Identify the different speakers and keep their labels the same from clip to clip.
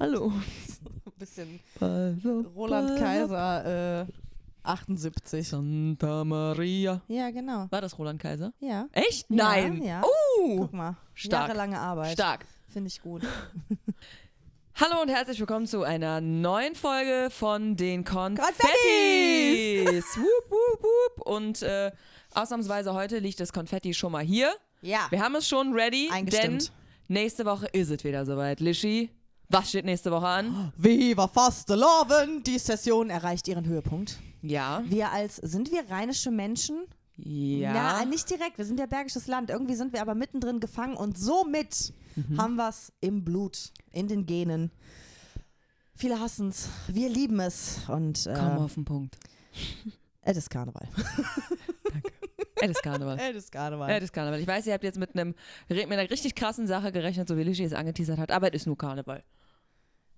Speaker 1: Hallo.
Speaker 2: Ein bisschen
Speaker 1: Also,
Speaker 2: Roland
Speaker 1: Ba-
Speaker 2: Kaiser, äh, 78.
Speaker 1: Santa Maria.
Speaker 2: Ja, genau.
Speaker 1: War das Roland Kaiser?
Speaker 2: Ja.
Speaker 1: Echt?
Speaker 2: Ja,
Speaker 1: Nein.
Speaker 2: ja.
Speaker 1: Oh,
Speaker 2: Guck mal.
Speaker 1: Stark.
Speaker 2: Jahrelange Arbeit.
Speaker 1: stark.
Speaker 2: Finde ich gut.
Speaker 1: Hallo und herzlich willkommen zu einer neuen Folge von den Konfettis.
Speaker 2: Konfettis!
Speaker 1: wup, wup, wup. Und äh, ausnahmsweise heute liegt das Konfetti schon mal hier.
Speaker 2: Ja.
Speaker 1: Wir haben es schon ready, denn
Speaker 2: Eingestimmt.
Speaker 1: nächste Woche ist es wieder soweit. Lischi, was steht nächste Woche an?
Speaker 2: Viva Fastelovend! Die Session erreicht ihren Höhepunkt.
Speaker 1: Ja.
Speaker 2: Wir als, sind wir rheinische Menschen?
Speaker 1: Ja.
Speaker 2: Oh. Na, nicht direkt. Wir sind ja bergisches Land. Irgendwie sind wir aber mittendrin gefangen und somit haben wir es im Blut, in den Genen. Viele hassen es. Wir lieben es. Und
Speaker 1: Komm
Speaker 2: äh,
Speaker 1: auf den Punkt.
Speaker 2: es ist Karneval.
Speaker 1: Es ist Karneval.
Speaker 2: Es ist Karneval.
Speaker 1: Es ist Karneval. Ich weiß, ihr habt jetzt mit, einem, mit einer richtig krassen Sache gerechnet, so wie Lischi es angeteasert hat, aber es ist nur Karneval.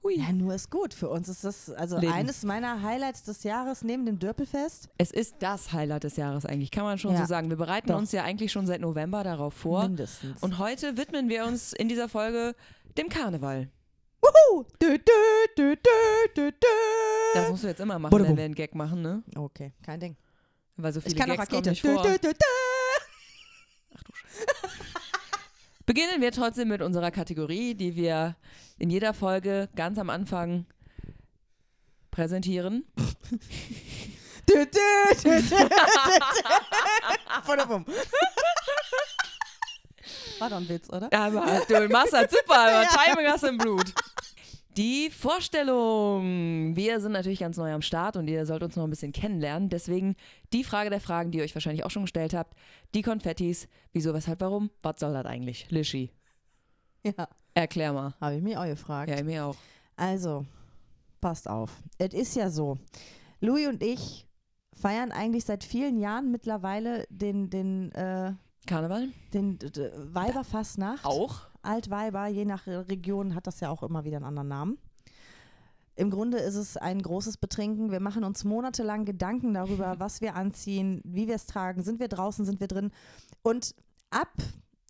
Speaker 1: Hui.
Speaker 2: Ja, nur ist gut. Für uns ist das, also
Speaker 1: Leben.
Speaker 2: eines meiner Highlights des Jahres neben dem Dörpelfest.
Speaker 1: Es ist das Highlight des Jahres eigentlich, kann man schon
Speaker 2: Ja,
Speaker 1: so sagen. Wir bereiten
Speaker 2: doch.
Speaker 1: uns ja eigentlich schon seit November darauf vor.
Speaker 2: Mindestens.
Speaker 1: Und heute widmen wir uns in dieser Folge dem Karneval.
Speaker 2: Wuhu! Dö, dö, dö, dö, dö, dö.
Speaker 1: Das musst du jetzt immer machen,
Speaker 2: Badabum.
Speaker 1: wenn wir einen Gag machen, ne?
Speaker 2: Okay, kein Ding.
Speaker 1: Weil so viele
Speaker 2: Ich kann auch
Speaker 1: Gags kommen
Speaker 2: Rakete.
Speaker 1: nicht
Speaker 2: Dö,
Speaker 1: vor.
Speaker 2: dö, dö, dö.
Speaker 1: Beginnen wir trotzdem mit unserer Kategorie, die wir in jeder Folge ganz am Anfang präsentieren.
Speaker 2: Dö, dö, dö, dö, dö. Badabum. War doch ein Witz, oder?
Speaker 1: Aber du machst das super, aber Timing hast du im Blut. Die Vorstellung. Wir sind natürlich ganz neu am Start und ihr sollt uns noch ein bisschen kennenlernen. Deswegen die Frage der Fragen, die ihr euch wahrscheinlich auch schon gestellt habt. Die Konfettis. Wieso, weshalb, warum? Was soll das eigentlich? Lischi,
Speaker 2: Ja,
Speaker 1: erklär mal.
Speaker 2: habe ich mich auch gefragt.
Speaker 1: Ja, mir auch.
Speaker 2: Also, passt auf. Es ist ja so. Louis und ich feiern eigentlich seit vielen Jahren mittlerweile den, den, äh,
Speaker 1: Karneval?
Speaker 2: den d- d- Weiberfassnacht.
Speaker 1: Auch?
Speaker 2: Altweiber, je nach Re- Region hat das ja auch immer wieder einen anderen Namen. Im Grunde ist es ein großes Betrinken. Wir machen uns monatelang Gedanken darüber, was wir anziehen, wie wir es tragen, sind wir draußen, sind wir drin. Und ab,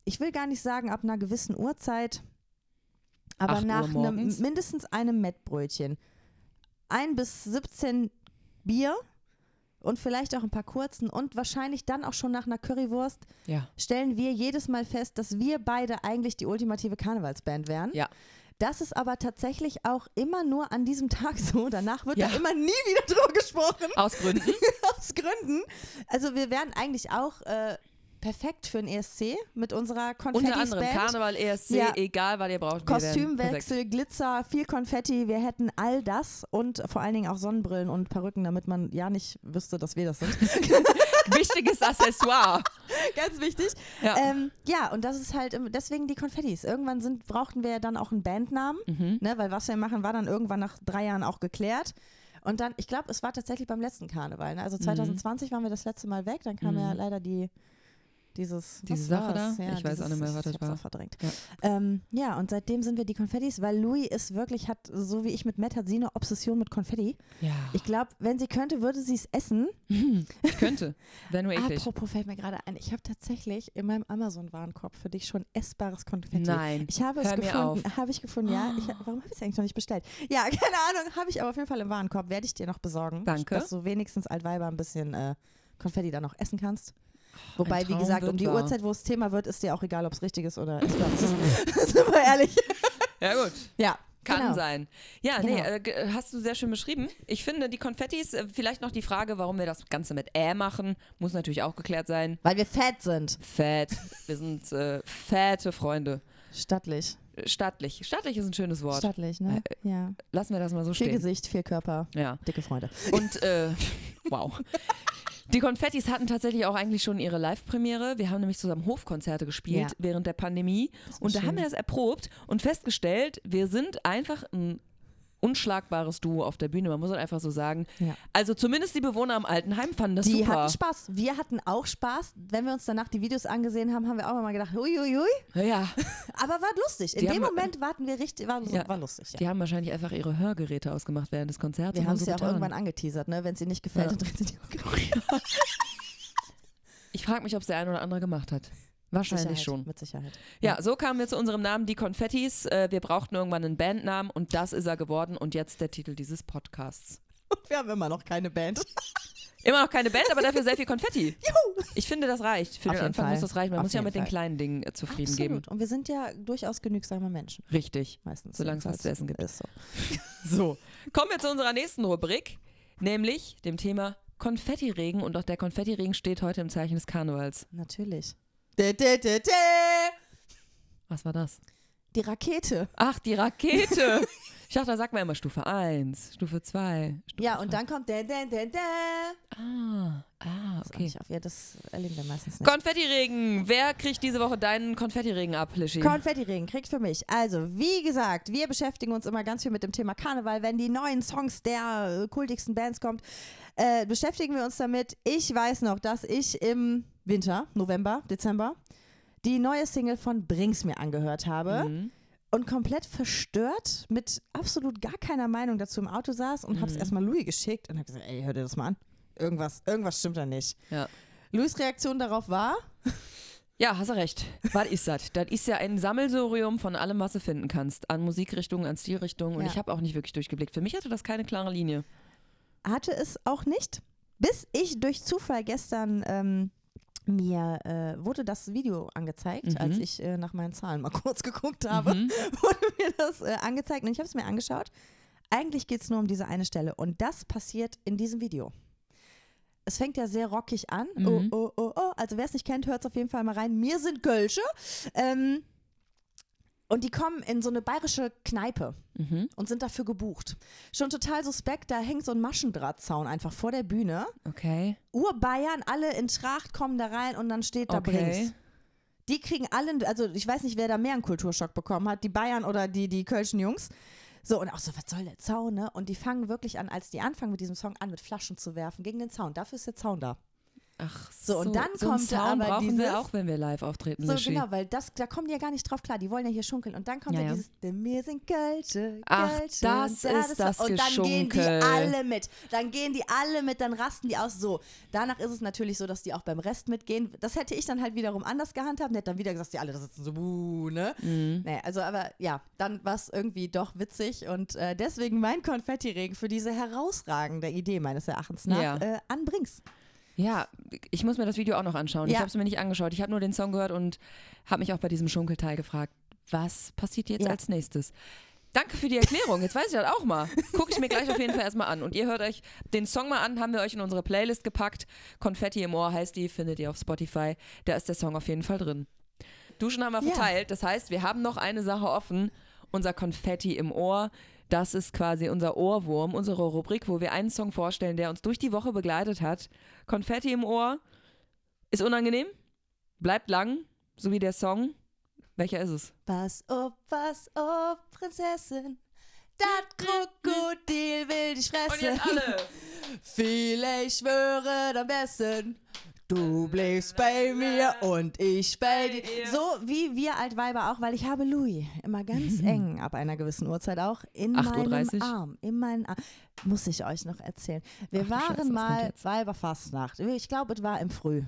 Speaker 2: ich will gar nicht sagen, ab einer gewissen Uhrzeit, aber
Speaker 1: Acht Uhr
Speaker 2: nach einem,
Speaker 1: morgens?
Speaker 2: mindestens einem Mettbrötchen, ein bis 17 Bier und vielleicht auch ein paar kurzen und wahrscheinlich dann auch schon nach einer Currywurst
Speaker 1: Ja.
Speaker 2: stellen wir jedes Mal fest, dass wir beide eigentlich die ultimative Karnevalsband wären.
Speaker 1: Ja.
Speaker 2: Das ist aber tatsächlich auch immer nur an diesem Tag so. Danach wird
Speaker 1: Ja.
Speaker 2: da immer nie wieder drüber gesprochen,
Speaker 1: Aus Gründen.
Speaker 2: aus Gründen. Also wir wären eigentlich auch äh, perfekt für den ESC mit unserer
Speaker 1: Unter anderem
Speaker 2: Konfetti-Band.
Speaker 1: Karneval, ESC,
Speaker 2: Ja.
Speaker 1: egal, was ihr braucht. wir werden perfekt.
Speaker 2: Kostümwechsel, Glitzer, viel Konfetti, wir hätten all das und vor allen Dingen auch Sonnenbrillen und Perücken, damit man ja nicht wüsste, dass wir das sind.
Speaker 1: Wichtiges Accessoire.
Speaker 2: Ganz wichtig.
Speaker 1: Ja.
Speaker 2: Ähm, ja, und das ist halt im- deswegen die Konfettis. Irgendwann sind, brauchten wir ja dann auch einen Bandnamen,
Speaker 1: Mhm.
Speaker 2: ne, weil was wir machen, war dann irgendwann nach drei Jahren auch geklärt. Und dann, ich glaube, es war tatsächlich beim letzten Karneval. Ne? Also
Speaker 1: Mhm.
Speaker 2: 2020 waren wir das letzte Mal weg, dann kam ja leider die dieses was
Speaker 1: Diese
Speaker 2: war
Speaker 1: Sache da?
Speaker 2: das? Ja,
Speaker 1: Ich weiß auch nicht mehr, was das
Speaker 2: ich hab's
Speaker 1: war.
Speaker 2: Auch verdrängt.
Speaker 1: Ja.
Speaker 2: Ja. Ähm, ja, und seitdem sind wir die Konfettis, weil Louis ist wirklich, hat so wie ich mit Matt, hat sie eine Obsession mit Konfetti.
Speaker 1: ja.
Speaker 2: Ich glaube, wenn sie könnte, würde sie es essen.
Speaker 1: Ich könnte. Wäre nur eklig.
Speaker 2: Apropos fällt mir gerade ein, ich habe tatsächlich in meinem Amazon-Warenkorb für dich schon essbares Konfetti.
Speaker 1: Nein.
Speaker 2: Ich habe es
Speaker 1: Hör mir
Speaker 2: gefunden, habe ich gefunden, ja. Ich, warum habe ich es eigentlich noch nicht bestellt? Ja, keine Ahnung, habe ich aber auf jeden Fall im Warenkorb. Werde ich dir noch besorgen.
Speaker 1: Danke.
Speaker 2: Dass du wenigstens Altweiber ein bisschen äh, Konfetti dann noch essen kannst. Wobei, wie
Speaker 1: Traum
Speaker 2: gesagt,
Speaker 1: wird
Speaker 2: um die
Speaker 1: wahr.
Speaker 2: Uhrzeit, wo es Thema wird, ist dir auch egal, ob es richtig ist oder essbares ist. Sind wir ehrlich.
Speaker 1: Ja, gut.
Speaker 2: Ja.
Speaker 1: Kann
Speaker 2: genau.
Speaker 1: sein. Ja, nee,
Speaker 2: Genau.
Speaker 1: äh, ge- hast du sehr schön beschrieben. Ich finde, die Konfettis, äh, vielleicht noch die Frage, warum wir das Ganze mit Ä machen, muss natürlich auch geklärt sein.
Speaker 2: Weil wir fett sind.
Speaker 1: Fett. Wir sind äh, fette Freunde.
Speaker 2: Stattlich.
Speaker 1: Äh, Stattlich. Stattlich ist ein schönes Wort.
Speaker 2: Stattlich, ne? Ja.
Speaker 1: Lassen wir das mal so
Speaker 2: Viel
Speaker 1: stehen.
Speaker 2: Gesicht, viel Körper,
Speaker 1: Ja.
Speaker 2: dicke Freunde.
Speaker 1: Und äh, wow. Die Konfettis hatten tatsächlich auch eigentlich schon ihre Live-Premiere. Wir haben nämlich zusammen Hofkonzerte gespielt
Speaker 2: Ja.
Speaker 1: während der Pandemie. Und da
Speaker 2: schön.
Speaker 1: haben wir das erprobt und festgestellt, wir sind einfach ein unschlagbares Duo auf der Bühne. Man muss es einfach so sagen.
Speaker 2: Ja.
Speaker 1: Also zumindest die Bewohner am Altenheim fanden das
Speaker 2: Die
Speaker 1: super.
Speaker 2: hatten Spaß. Wir hatten auch Spaß. Wenn wir uns danach die Videos angesehen haben, haben wir auch immer gedacht, uiuiui.
Speaker 1: ja,
Speaker 2: Aber war lustig. In
Speaker 1: Die
Speaker 2: dem
Speaker 1: haben-
Speaker 2: Moment warten wir richtig, war,
Speaker 1: Ja.
Speaker 2: war lustig. Ja.
Speaker 1: die haben wahrscheinlich einfach ihre Hörgeräte ausgemacht während des Konzerts.
Speaker 2: Wir
Speaker 1: und
Speaker 2: haben es
Speaker 1: so
Speaker 2: ja auch
Speaker 1: getan.
Speaker 2: irgendwann angeteasert, ne? Wenn es ihr nicht gefällt,
Speaker 1: Ja.
Speaker 2: dann dreht sie die Augen.
Speaker 1: Ich frage mich, ob es der ein oder andere gemacht hat. Wahrscheinlich
Speaker 2: Sicherheit,
Speaker 1: schon.
Speaker 2: Mit Sicherheit.
Speaker 1: Ja, so kamen wir zu unserem Namen, die Konfettis. Äh, wir brauchten irgendwann einen Bandnamen und das ist er geworden und jetzt der Titel dieses Podcasts.
Speaker 2: Und wir haben immer noch keine Band.
Speaker 1: Immer noch keine Band, aber dafür sehr viel Konfetti. Ich finde, das reicht. Für
Speaker 2: Auf
Speaker 1: den
Speaker 2: jeden
Speaker 1: Anfang
Speaker 2: Fall.
Speaker 1: muss das reichen. Man
Speaker 2: Auf
Speaker 1: muss ja
Speaker 2: jeden
Speaker 1: mit den
Speaker 2: Fall.
Speaker 1: kleinen Dingen äh, zufrieden geben.
Speaker 2: Absolut. Und wir sind ja durchaus genügsame Menschen.
Speaker 1: Richtig.
Speaker 2: Meistens.
Speaker 1: Solange es
Speaker 2: jedenfalls.
Speaker 1: was zu essen gibt.
Speaker 2: Ist so.
Speaker 1: So, kommen wir zu unserer nächsten Rubrik, nämlich dem Thema Konfettiregen. Und auch der Konfettiregen steht heute im Zeichen des Karnevals.
Speaker 2: Natürlich. Dä, dä, dä, dä.
Speaker 1: Was war das?
Speaker 2: Die Rakete.
Speaker 1: Ach, die Rakete. Ich dachte, da sagt man immer Stufe 1, Stufe 2. Stufe
Speaker 2: Ja, und dann kommt dä, dä, dä, dä.
Speaker 1: Ah, ah,
Speaker 2: Ist auch
Speaker 1: okay.
Speaker 2: nicht Auf, ja, das erleben wir meistens nicht.
Speaker 1: Konfettiregen. Wer kriegt diese Woche deinen Konfettiregen ab, Lischi?
Speaker 2: Konfettiregen kriegt für mich. Also, wie gesagt, wir beschäftigen uns immer ganz viel mit dem Thema Karneval. Wenn die neuen Songs der äh, kultigsten Bands kommt, äh, beschäftigen wir uns damit. Ich weiß noch, dass ich im Winter, November, Dezember, die neue Single von Brings mir angehört habe
Speaker 1: Mhm.
Speaker 2: und komplett verstört mit absolut gar keiner Meinung dazu im Auto saß und
Speaker 1: Mhm.
Speaker 2: habe es erstmal Louis geschickt und habe gesagt, ey, hör dir das mal an. Irgendwas, irgendwas stimmt da nicht.
Speaker 1: Ja.
Speaker 2: Louis Reaktion darauf war,
Speaker 1: Ja, hast du recht. Was ist das? Das ist ja ein Sammelsurium von allem, was du finden kannst. An Musikrichtungen, an Stilrichtungen. Und
Speaker 2: Ja.
Speaker 1: ich habe auch nicht wirklich durchgeblickt. Für mich hatte das keine klare Linie.
Speaker 2: hatte es auch nicht, bis ich durch Zufall gestern ähm, mir äh, wurde das Video angezeigt, als ich äh, nach meinen Zahlen mal kurz geguckt habe, wurde mir das äh, angezeigt und ich habe es mir angeschaut. Eigentlich geht es nur um diese eine Stelle und das passiert in diesem Video. Es fängt ja sehr rockig an. Oh, oh, oh, oh. Also wer es nicht kennt, hört es auf jeden Fall mal rein. Mir sind Gölsche. Ähm, und die kommen in so eine bayerische Kneipe und sind dafür gebucht. Schon total suspekt, da hängt so ein Maschendrahtzaun einfach vor der Bühne.
Speaker 1: Okay.
Speaker 2: Urbayern, alle in Tracht kommen da rein und dann steht da Brings.
Speaker 1: okay.
Speaker 2: Die kriegen alle, also ich weiß nicht, wer da mehr einen Kulturschock bekommen hat, die Bayern oder die, die Kölschen Jungs. So, und auch so, was soll der Zaun, ne? Und die fangen wirklich an, als die anfangen mit diesem Song an, mit Flaschen zu werfen gegen den Zaun. Dafür ist der Zaun da.
Speaker 1: Ach so.
Speaker 2: So, und dann
Speaker 1: so einen
Speaker 2: kommt
Speaker 1: Zaun
Speaker 2: aber
Speaker 1: brauchen
Speaker 2: dieses-
Speaker 1: wir auch, wenn wir live auftreten,
Speaker 2: So,
Speaker 1: Lischi.
Speaker 2: genau, weil das, da kommen die ja gar nicht drauf klar. Die wollen ja hier schunkeln. Und dann kommt
Speaker 1: Ja,
Speaker 2: ja,
Speaker 1: ja.
Speaker 2: dieses, denn wir sind Gölsche,
Speaker 1: Ach,
Speaker 2: Gölsche.
Speaker 1: das
Speaker 2: ja,
Speaker 1: ist das
Speaker 2: Und dann gehen die
Speaker 1: Geschunkel.
Speaker 2: alle mit. Dann gehen die alle mit, dann rasten die aus. So, danach ist es natürlich so, dass die auch beim Rest mitgehen. Das hätte ich dann halt wiederum anders gehandhabt und hätte dann wieder gesagt, die alle da sitzen so, buh, ne?
Speaker 1: Mhm.
Speaker 2: Naja, also, aber ja, dann war es irgendwie doch witzig. Und äh, deswegen mein Konfettiregen für diese herausragende Idee meines Erachtens nach
Speaker 1: Ja.
Speaker 2: äh, anbringst.
Speaker 1: Ja, ich muss mir das Video auch noch anschauen. Ich
Speaker 2: Ja.
Speaker 1: habe es mir nicht angeschaut. Ich habe nur den Song gehört und habe mich auch bei diesem Schunkelteil gefragt, was passiert jetzt
Speaker 2: Ja.
Speaker 1: als nächstes? Danke für die Erklärung. Jetzt weiß ich das auch mal. Gucke ich mir gleich auf jeden Fall erstmal an. Und ihr hört euch den Song mal an, haben wir euch in unsere Playlist gepackt. Konfetti im Ohr heißt die, findet ihr auf Spotify. Da ist der Song auf jeden Fall drin. Duschen haben wir
Speaker 2: Ja.
Speaker 1: verteilt. Das heißt, wir haben noch eine Sache offen. Unser Konfetti im Ohr. Das ist quasi unser Ohrwurm, unsere Rubrik, wo wir einen Song vorstellen, der uns durch die Woche begleitet hat. Konfetti im Ohr ist unangenehm, bleibt lang, so wie der Song. Welcher ist es?
Speaker 2: Pass auf, pass auf, Prinzessin. Das
Speaker 1: Hm,
Speaker 2: Krokodil will dich fressen.
Speaker 1: alle.
Speaker 2: Viele, ich schwöre, am besten. Du bleibst bei mir und ich bei dir. So wie wir Altweiber auch, weil ich habe Louis immer ganz eng, ab einer gewissen Uhrzeit auch, in
Speaker 1: 8:30
Speaker 2: meinem
Speaker 1: Uhr?
Speaker 2: Arm. In meinen Arm. Muss ich euch noch erzählen. Wir
Speaker 1: Ach du
Speaker 2: waren
Speaker 1: Scheiße, was kommt
Speaker 2: mal
Speaker 1: jetzt?
Speaker 2: Weiberfastnacht. Ich glaube, es war im Früh.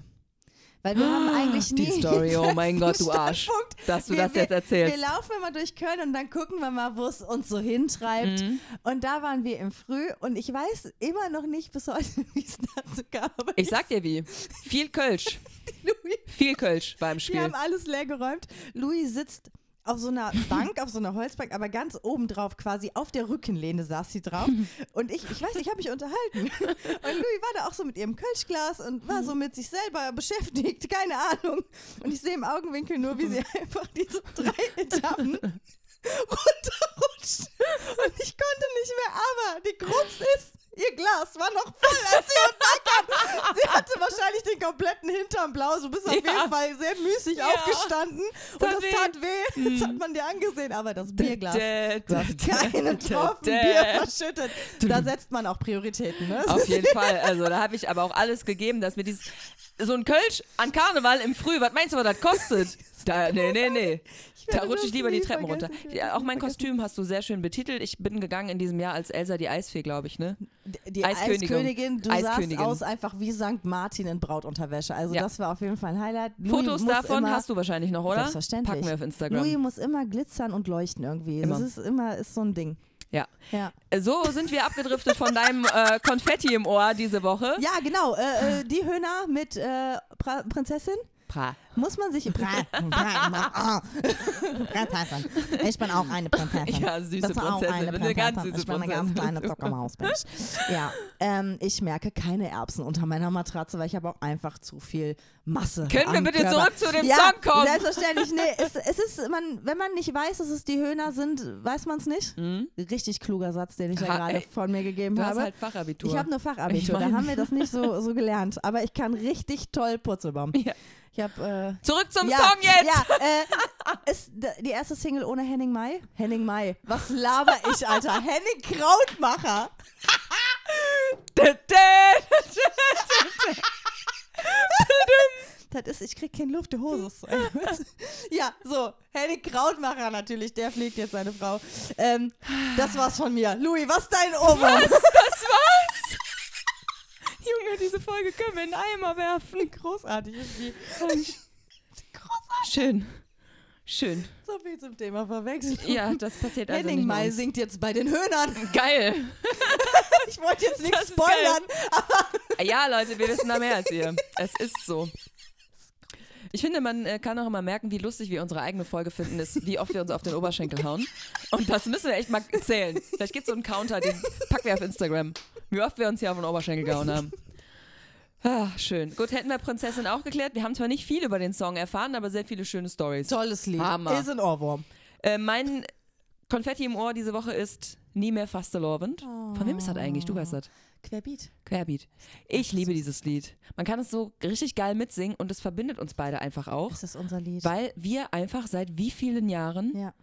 Speaker 2: Weil wir haben eigentlich nie
Speaker 1: Ah, Die Story, oh mein
Speaker 2: einen
Speaker 1: Gott, du Arsch.
Speaker 2: Standpunkt.
Speaker 1: Dass du
Speaker 2: Wir-
Speaker 1: das jetzt
Speaker 2: wir-
Speaker 1: erzählst.
Speaker 2: Wir laufen immer durch Köln und dann gucken wir mal, wo es uns so hintreibt.
Speaker 1: Mhm.
Speaker 2: Und da waren wir im Früh und ich weiß immer noch nicht bis heute, wie es dazu kam. Aber
Speaker 1: Ich sag dir wie. Viel Kölsch.
Speaker 2: Louis,
Speaker 1: Viel Kölsch beim
Speaker 2: wir
Speaker 1: Spiel.
Speaker 2: haben alles leer geräumt. Louis sitzt auf so einer Bank, auf so einer Holzbank, aber ganz oben drauf quasi, auf der Rückenlehne saß sie drauf. Und ich, ich weiß, ich habe mich unterhalten. Und Louis war da auch so mit ihrem Kölschglas und war so mit sich selber beschäftigt, keine Ahnung. Und ich sehe im Augenwinkel nur, wie sie einfach diese drei Etappen runterrutscht. Und ich konnte nicht mehr, aber die Krux ist, ihr Glas war noch voll, als sie unten kam. Sie hatte wahrscheinlich den kompletten Hintern blau, so bis auf
Speaker 1: Ja.
Speaker 2: jeden Fall sehr müßig
Speaker 1: Ja.
Speaker 2: aufgestanden. Und
Speaker 1: tat
Speaker 2: das
Speaker 1: weh.
Speaker 2: tat weh. Das hat man dir angesehen, aber das Bierglas.
Speaker 1: Dä,
Speaker 2: Du
Speaker 1: dä,
Speaker 2: hast
Speaker 1: dä,
Speaker 2: keinen
Speaker 1: dä,
Speaker 2: Tropfen
Speaker 1: dä.
Speaker 2: Bier verschüttet. Da setzt man auch Prioritäten, ne?
Speaker 1: Auf jeden Fall. Also da habe ich aber auch alles gegeben, dass mir dieses. So ein Kölsch an Karneval im Früh, was meinst du, was das kostet? Da, nee, nee, nee. Da
Speaker 2: werde
Speaker 1: rutsche ich
Speaker 2: das
Speaker 1: lieber die
Speaker 2: nie
Speaker 1: Treppen runter.
Speaker 2: vergessen. Ich werde
Speaker 1: Ja,
Speaker 2: das
Speaker 1: auch
Speaker 2: nie
Speaker 1: mein
Speaker 2: vergessen.
Speaker 1: Kostüm hast du sehr schön betitelt. Ich bin gegangen in diesem Jahr als Elsa die Eisfee, glaube ich, ne?
Speaker 2: Die
Speaker 1: Eiskönigin.
Speaker 2: Eiskönigin, du
Speaker 1: Eiskönigin.
Speaker 2: sahst aus einfach wie St. Martin in Brautunterwäsche. Also
Speaker 1: Ja.
Speaker 2: das war auf jeden Fall ein Highlight. Louis
Speaker 1: Fotos
Speaker 2: muss
Speaker 1: davon
Speaker 2: immer,
Speaker 1: hast du wahrscheinlich noch, oder?
Speaker 2: Selbstverständlich.
Speaker 1: Packen wir auf Instagram.
Speaker 2: Louis muss immer glitzern und leuchten irgendwie.
Speaker 1: Immer.
Speaker 2: Das ist immer ist so ein Ding.
Speaker 1: Ja.
Speaker 2: Ja,
Speaker 1: So sind wir abgedriftet von deinem äh, Konfetti im Ohr diese Woche.
Speaker 2: ja genau. Äh, äh, die Höhner mit äh, pra Prinzessin.
Speaker 1: Pra.
Speaker 2: Muss man sich. Pra- Pra- oh. Prinzessin. Ich bin auch eine Prinzessin.
Speaker 1: Ja, süße
Speaker 2: das war auch
Speaker 1: Prinzessin.
Speaker 2: eine
Speaker 1: Eine, ganz
Speaker 2: Prinzessin.
Speaker 1: süße
Speaker 2: Ich bin eine ganz
Speaker 1: Prinzessin.
Speaker 2: kleine Zuckermaus, bin ich. Ja, ähm, ich merke keine Erbsen unter meiner Matratze, weil ich habe auch einfach zu viel Masse.
Speaker 1: Können wir
Speaker 2: am
Speaker 1: bitte
Speaker 2: Körper.
Speaker 1: zurück zu dem
Speaker 2: ja,
Speaker 1: Song kommen?
Speaker 2: Selbstverständlich, nee. Es, es ist, man, wenn man nicht weiß, dass es die Höhner sind, weiß man es nicht. Richtig kluger Satz, den ich ja
Speaker 1: Mhm. Ha,
Speaker 2: gerade
Speaker 1: ey,
Speaker 2: von mir gegeben
Speaker 1: Du hast
Speaker 2: habe.
Speaker 1: halt Fachabitur.
Speaker 2: Ich habe nur
Speaker 1: Ich
Speaker 2: Fachabitur,
Speaker 1: mein-
Speaker 2: da haben wir das nicht so, so gelernt. Aber ich kann richtig toll Purzelbaum.
Speaker 1: Ja.
Speaker 2: Ich habe. Äh,
Speaker 1: Zurück zum
Speaker 2: ne- ja,
Speaker 1: Song jetzt!
Speaker 2: Ja, äh, ist d- die erste Single ohne Henning Mai? Henning Mai. Was laber ich, Alter? Henning Krautmacher.
Speaker 1: Dä, dä.
Speaker 2: Das ist, ich krieg keine Luft, die Hose ist zu eng. Ja, so, Henning Krautmacher natürlich, der pflegt jetzt seine Frau. Ähm, das war's von mir. Louis, was ist dein Ohrwurm?
Speaker 1: Das war's! Junge, diese Folge können wir in den Eimer werfen.
Speaker 2: Großartig ist die.
Speaker 1: Schön. Schön.
Speaker 2: So viel zum Thema verwechseln.
Speaker 1: Ja, das passiert also
Speaker 2: Henning
Speaker 1: nicht
Speaker 2: Mai
Speaker 1: mehr.
Speaker 2: singt jetzt bei den Höhnern.
Speaker 1: Geil.
Speaker 2: Ich wollte jetzt
Speaker 1: Das
Speaker 2: nichts
Speaker 1: ist geil.
Speaker 2: spoilern.
Speaker 1: Ja, Leute, wir wissen da mehr als ihr. Es ist so. Ich finde, man äh, kann auch immer merken, wie lustig wir unsere eigene Folge finden, ist, wie oft wir uns auf den Oberschenkel hauen. Und das müssen wir echt mal zählen. Vielleicht gibt es so einen Counter, den packen wir auf Instagram. Wie oft wir uns hier auf den Oberschenkel gehauen haben. Ah, schön. Gut, hätten wir Prinzessin auch geklärt. Wir haben zwar nicht viel über den Song erfahren, aber sehr viele schöne Stories.
Speaker 2: Tolles Lied.
Speaker 1: Hammer.
Speaker 2: Ist ein Ohrwurm.
Speaker 1: Äh, mein Konfetti im Ohr diese Woche ist Nie mehr fast Lorwend. Von wem ist das eigentlich? Du weißt das.
Speaker 2: Querbeat.
Speaker 1: Querbeat. Ich liebe dieses Lied. Man kann es so richtig geil mitsingen und es verbindet uns beide einfach auch,
Speaker 2: Das ist unser Lied.
Speaker 1: weil wir einfach seit wie vielen Jahren,
Speaker 2: ja,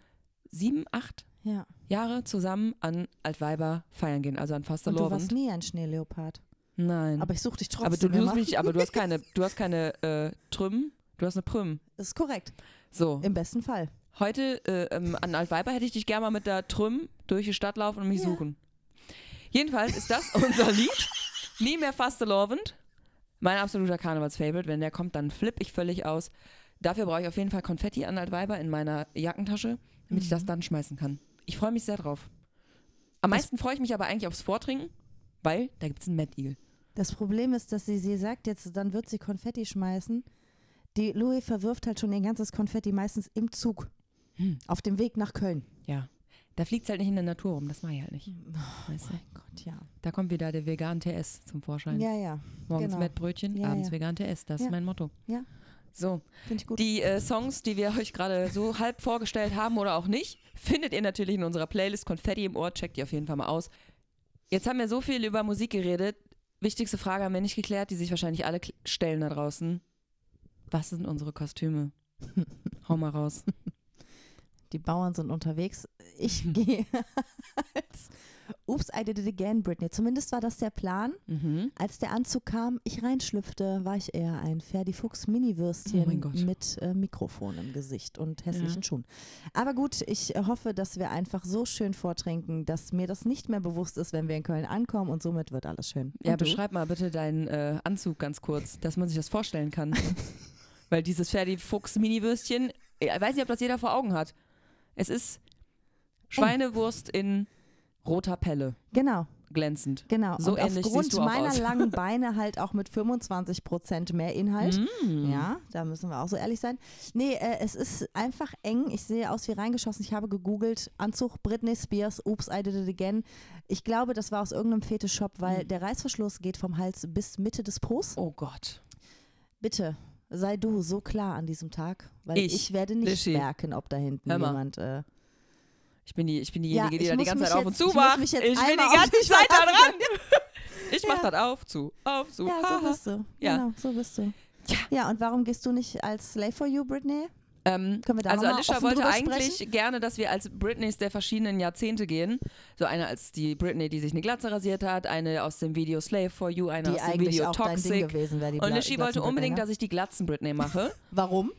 Speaker 1: sieben, acht
Speaker 2: ja.
Speaker 1: Jahre zusammen an Altweiber feiern gehen, also an
Speaker 2: Und du warst
Speaker 1: Fastelovend.
Speaker 2: nie ein Schneeleopard.
Speaker 1: Nein.
Speaker 2: Aber ich such dich trotzdem
Speaker 1: Mhm. Aber du, du,
Speaker 2: immer.
Speaker 1: hast mich, aber du hast keine, du hast keine äh, Trümmen, du hast eine Prüm.
Speaker 2: Ist korrekt.
Speaker 1: So,
Speaker 2: Im besten Fall.
Speaker 1: heute äh, ähm, an Altweiber hätte ich dich gerne mal mit der Trüm durch die Stadt laufen und mich
Speaker 2: Ja.
Speaker 1: suchen. Jedenfalls ist das unser Lied. Nie mehr Fastelovend. Mein absoluter Karnevals-Favorite. Wenn der kommt, dann flipp ich völlig aus. Dafür brauche ich auf jeden Fall Konfetti an Altweiber in meiner Jackentasche, damit ich das dann schmeißen kann. Ich freue mich sehr drauf. Am meisten freue ich mich aber eigentlich aufs Vortrinken, weil da gibt es einen Mad Eagle.
Speaker 2: Das Problem ist, dass sie, sie sagt jetzt, dann wird sie Konfetti schmeißen. Die Louis verwirft halt schon ihr ganzes Konfetti meistens im Zug.
Speaker 1: Hm.
Speaker 2: Auf dem Weg nach Köln.
Speaker 1: Ja. Da fliegt es halt nicht in der Natur rum, das mache ich halt nicht. Weißt du?
Speaker 2: Mein Gott, ja.
Speaker 1: Da kommt wieder der vegan TS zum Vorschein.
Speaker 2: Ja, ja.
Speaker 1: Morgens
Speaker 2: genau.
Speaker 1: Mettbrötchen,
Speaker 2: Ja,
Speaker 1: abends
Speaker 2: ja.
Speaker 1: vegan TS, das ist
Speaker 2: Ja.
Speaker 1: mein Motto.
Speaker 2: Ja.
Speaker 1: So,
Speaker 2: Finde ich gut.
Speaker 1: Die äh, Songs, die wir euch gerade so halb vorgestellt haben oder auch nicht, findet ihr natürlich in unserer Playlist Konfetti im Ohr. Checkt die auf jeden Fall mal aus. Jetzt haben wir so viel über Musik geredet. Wichtigste Frage haben wir nicht geklärt, die sich wahrscheinlich alle kl- stellen da draußen. Was sind unsere Kostüme? Hau mal raus.
Speaker 2: Die Bauern sind unterwegs. Ich gehe als Oops, I did it again, Britney. Zumindest war das der Plan.
Speaker 1: Mhm.
Speaker 2: Als der Anzug kam, ich reinschlüpfte, war ich eher ein
Speaker 1: Oh mein
Speaker 2: Ferdi-Fuchs-Mini-Würstchen
Speaker 1: Gott.
Speaker 2: mit äh, Mikrofon im Gesicht und hässlichen
Speaker 1: Ja.
Speaker 2: Schuhen. Aber gut, ich äh, hoffe, dass wir einfach so schön vortrinken, dass mir das nicht mehr bewusst ist, wenn wir in Köln ankommen und somit wird alles schön.
Speaker 1: Ja,
Speaker 2: und du?
Speaker 1: beschreib mal bitte deinen äh, Anzug ganz kurz, dass man sich das vorstellen kann. Weil dieses Ferdi-Fuchs-Mini-Würstchen, äh, ich weiß nicht, ob das jeder vor Augen hat. Es ist
Speaker 2: Oh.
Speaker 1: Schweinewurst in roter Pelle.
Speaker 2: Genau,
Speaker 1: glänzend.
Speaker 2: genau.
Speaker 1: So
Speaker 2: und
Speaker 1: ähnlich
Speaker 2: aufgrund
Speaker 1: siehst du auch
Speaker 2: meiner
Speaker 1: aus.
Speaker 2: langen Beine halt auch mit 25 Prozent mehr Inhalt.
Speaker 1: Mm.
Speaker 2: Ja, da müssen wir auch so ehrlich sein. Nee, äh, es ist einfach eng. Ich sehe aus wie reingeschossen. Ich habe gegoogelt, Anzug Britney Spears, Oops, I did it again. Ich glaube, das war aus irgendeinem Fetischshop, weil
Speaker 1: Mm.
Speaker 2: der Reißverschluss geht vom Hals bis Mitte des Po's.
Speaker 1: Oh Gott.
Speaker 2: Bitte, sei du so klar an diesem Tag, weil
Speaker 1: Ich,
Speaker 2: ich, werde nicht
Speaker 1: Lischi.
Speaker 2: merken, ob da hinten
Speaker 1: Hör mal.
Speaker 2: jemand... Äh,
Speaker 1: Ich bin, die, ich bin
Speaker 2: Ja,
Speaker 1: diejenige, die
Speaker 2: ich
Speaker 1: da die
Speaker 2: muss
Speaker 1: ganze
Speaker 2: mich
Speaker 1: Zeit auf und
Speaker 2: jetzt-
Speaker 1: zu
Speaker 2: ich muss
Speaker 1: macht.
Speaker 2: mich
Speaker 1: Ich,
Speaker 2: jetzt
Speaker 1: bin die
Speaker 2: einmal auf
Speaker 1: ganze
Speaker 2: dich
Speaker 1: Zeit da dran.
Speaker 2: verlassen.
Speaker 1: Ich mach
Speaker 2: Ja.
Speaker 1: das auf, zu, auf, zu.
Speaker 2: ja, so
Speaker 1: haha.
Speaker 2: bist du.
Speaker 1: Ja.
Speaker 2: Genau, so bist du.
Speaker 1: Ja.
Speaker 2: ja, und warum gehst du nicht als Slave for You, Britney?
Speaker 1: ähm,
Speaker 2: Können wir da
Speaker 1: also
Speaker 2: nochmal
Speaker 1: Alicia
Speaker 2: offen
Speaker 1: wollte
Speaker 2: drüber
Speaker 1: eigentlich
Speaker 2: sprechen?
Speaker 1: gerne, dass wir als Britneys der verschiedenen Jahrzehnte gehen. So eine als die Britney, die sich eine Glatze rasiert hat, eine aus dem Video Slave for You,
Speaker 2: Die
Speaker 1: eine aus dem
Speaker 2: eigentlich
Speaker 1: Video
Speaker 2: auch dein Ding
Speaker 1: Toxic.
Speaker 2: gewesen wäre. die
Speaker 1: Und
Speaker 2: Bla-
Speaker 1: Lishi wollte
Speaker 2: Glatzen-
Speaker 1: unbedingt,
Speaker 2: Britney, ne?
Speaker 1: dass ich die Glatzen Britney mache,
Speaker 2: Warum?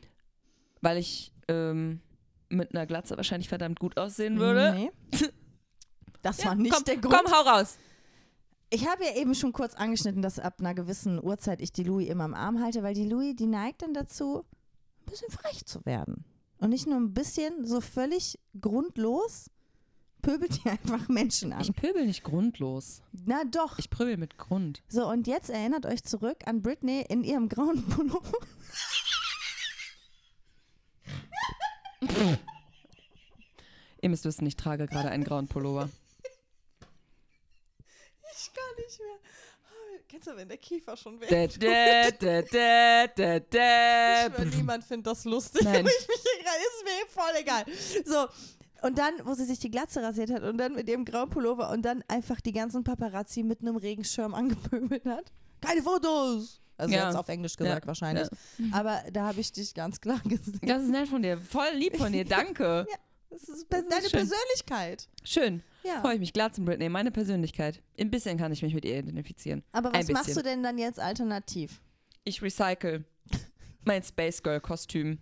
Speaker 1: weil ich ähm, mit einer Glatze wahrscheinlich verdammt gut aussehen würde.
Speaker 2: Nee. Das
Speaker 1: Ja,
Speaker 2: war nicht
Speaker 1: komm,
Speaker 2: der Grund.
Speaker 1: Komm, hau raus.
Speaker 2: Ich habe ja eben schon kurz angeschnitten, dass ab einer gewissen Uhrzeit ich die Louis immer im Arm halte, weil die Louis, die neigt dann dazu, ein bisschen frech zu werden. Und nicht nur ein bisschen, so völlig grundlos pöbelt die einfach Menschen an.
Speaker 1: Ich pöbel nicht grundlos.
Speaker 2: Na doch.
Speaker 1: Ich prübel mit Grund.
Speaker 2: So, und jetzt erinnert euch zurück an Britney in ihrem grauen Pullover.
Speaker 1: Ihr müsst wissen, ich trage gerade einen grauen Pullover.
Speaker 2: Ich kann nicht mehr. Oh, Kennst du, wenn der Kiefer schon weg
Speaker 1: Da, da, da, da, da, da.
Speaker 2: Ich schwör, niemand findet das lustig.
Speaker 1: Nein.
Speaker 2: Nein. Ich mich hier gerade, ist mir voll egal. So. Und dann, wo sie sich die Glatze rasiert hat und dann mit ihrem grauen Pullover und dann einfach die ganzen Paparazzi mit einem Regenschirm angepöbelt hat. Keine Fotos! Also
Speaker 1: Ja.
Speaker 2: jetzt auf Englisch gesagt
Speaker 1: Ja.
Speaker 2: wahrscheinlich. Mhm. Aber da habe ich dich ganz klar gesehen.
Speaker 1: Das ist nett von dir. Voll lieb von dir. Danke.
Speaker 2: Das ist
Speaker 1: Das ist
Speaker 2: deine
Speaker 1: schön.
Speaker 2: Persönlichkeit.
Speaker 1: Schön.
Speaker 2: Ja.
Speaker 1: Freue ich mich. Glatzen Britney. Meine Persönlichkeit. Ein bisschen kann ich mich mit ihr identifizieren.
Speaker 2: Aber
Speaker 1: Ein
Speaker 2: was machst du
Speaker 1: bisschen.
Speaker 2: denn dann jetzt alternativ?
Speaker 1: Ich recycle mein Space Girl Kostüm.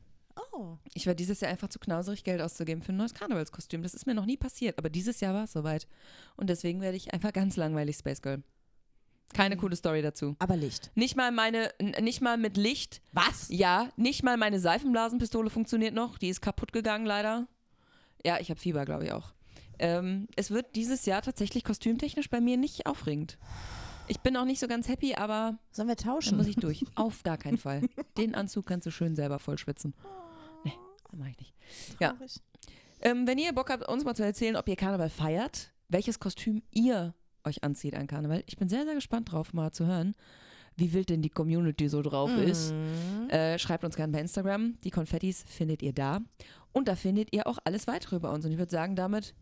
Speaker 2: Oh.
Speaker 1: Ich war dieses Jahr einfach zu knauserig, Geld auszugeben für ein neues Karnevalskostüm. Das ist mir noch nie passiert, aber dieses Jahr war es soweit. Und deswegen werde ich einfach ganz langweilig Space Girl. Keine coole Story dazu.
Speaker 2: Aber Licht.
Speaker 1: Nicht mal meine, n- nicht mal mit Licht.
Speaker 2: Was?
Speaker 1: Ja, nicht mal meine Seifenblasenpistole funktioniert noch. Die ist kaputt gegangen, leider. Ja, ich habe Fieber, glaube ich auch. Ähm, es wird dieses Jahr tatsächlich kostümtechnisch bei mir nicht aufregend. Ich bin auch nicht so ganz happy, aber
Speaker 2: Sollen wir
Speaker 1: dann
Speaker 2: tauschen?
Speaker 1: muss ich durch. Auf gar keinen Fall. Den Anzug kannst du schön selber vollschwitzen. Nee, das mache ich nicht. Ja.
Speaker 2: Traurig.
Speaker 1: Ähm, wenn ihr Bock habt, uns mal zu erzählen, ob ihr Karneval feiert, welches Kostüm ihr euch anzieht an Karneval. Ich bin sehr, sehr gespannt drauf, mal zu hören, wie wild denn die Community so drauf ist.
Speaker 2: Mhm.
Speaker 1: Äh, schreibt uns gerne bei Instagram. Die Konfettis findet ihr da. Und da findet ihr auch alles weitere bei uns. Und ich würde sagen, damit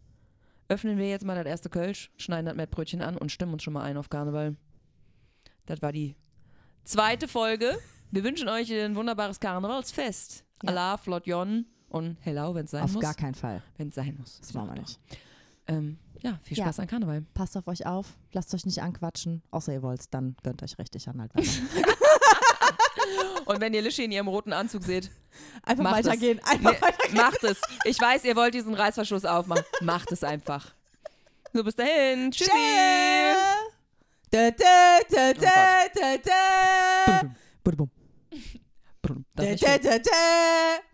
Speaker 1: öffnen wir jetzt mal das erste Kölsch, schneiden das Mettbrötchen an und stimmen uns schon mal ein auf Karneval. Das war die zweite Folge. Wir wünschen euch ein wunderbares Karnevalsfest.
Speaker 2: Ja.
Speaker 1: Allah, Flott Jon und Hello, wenn es sein
Speaker 2: Auf
Speaker 1: muss
Speaker 2: gar keinen Fall.
Speaker 1: wenn es sein muss.
Speaker 2: Das machen wir nicht.
Speaker 1: Ähm, ja, viel
Speaker 2: Ja.
Speaker 1: Spaß an Karneval.
Speaker 2: Passt auf euch auf, lasst euch nicht anquatschen. Außer ihr wollt's, dann gönnt euch richtig an. Halt weiter.
Speaker 1: Und wenn ihr Lischi in ihrem roten Anzug seht,
Speaker 2: Einfach
Speaker 1: Macht es.
Speaker 2: weitergehen. Einfach
Speaker 1: Nee.
Speaker 2: weitergehen.
Speaker 1: macht es. Ich weiß, ihr wollt diesen Reißverschluss aufmachen. Macht es einfach. So, bis dahin. Tschüssi.
Speaker 2: Da, da, da, da, da, da.
Speaker 1: Brumm,
Speaker 2: Da,
Speaker 1: darf ich-
Speaker 2: da, da, da.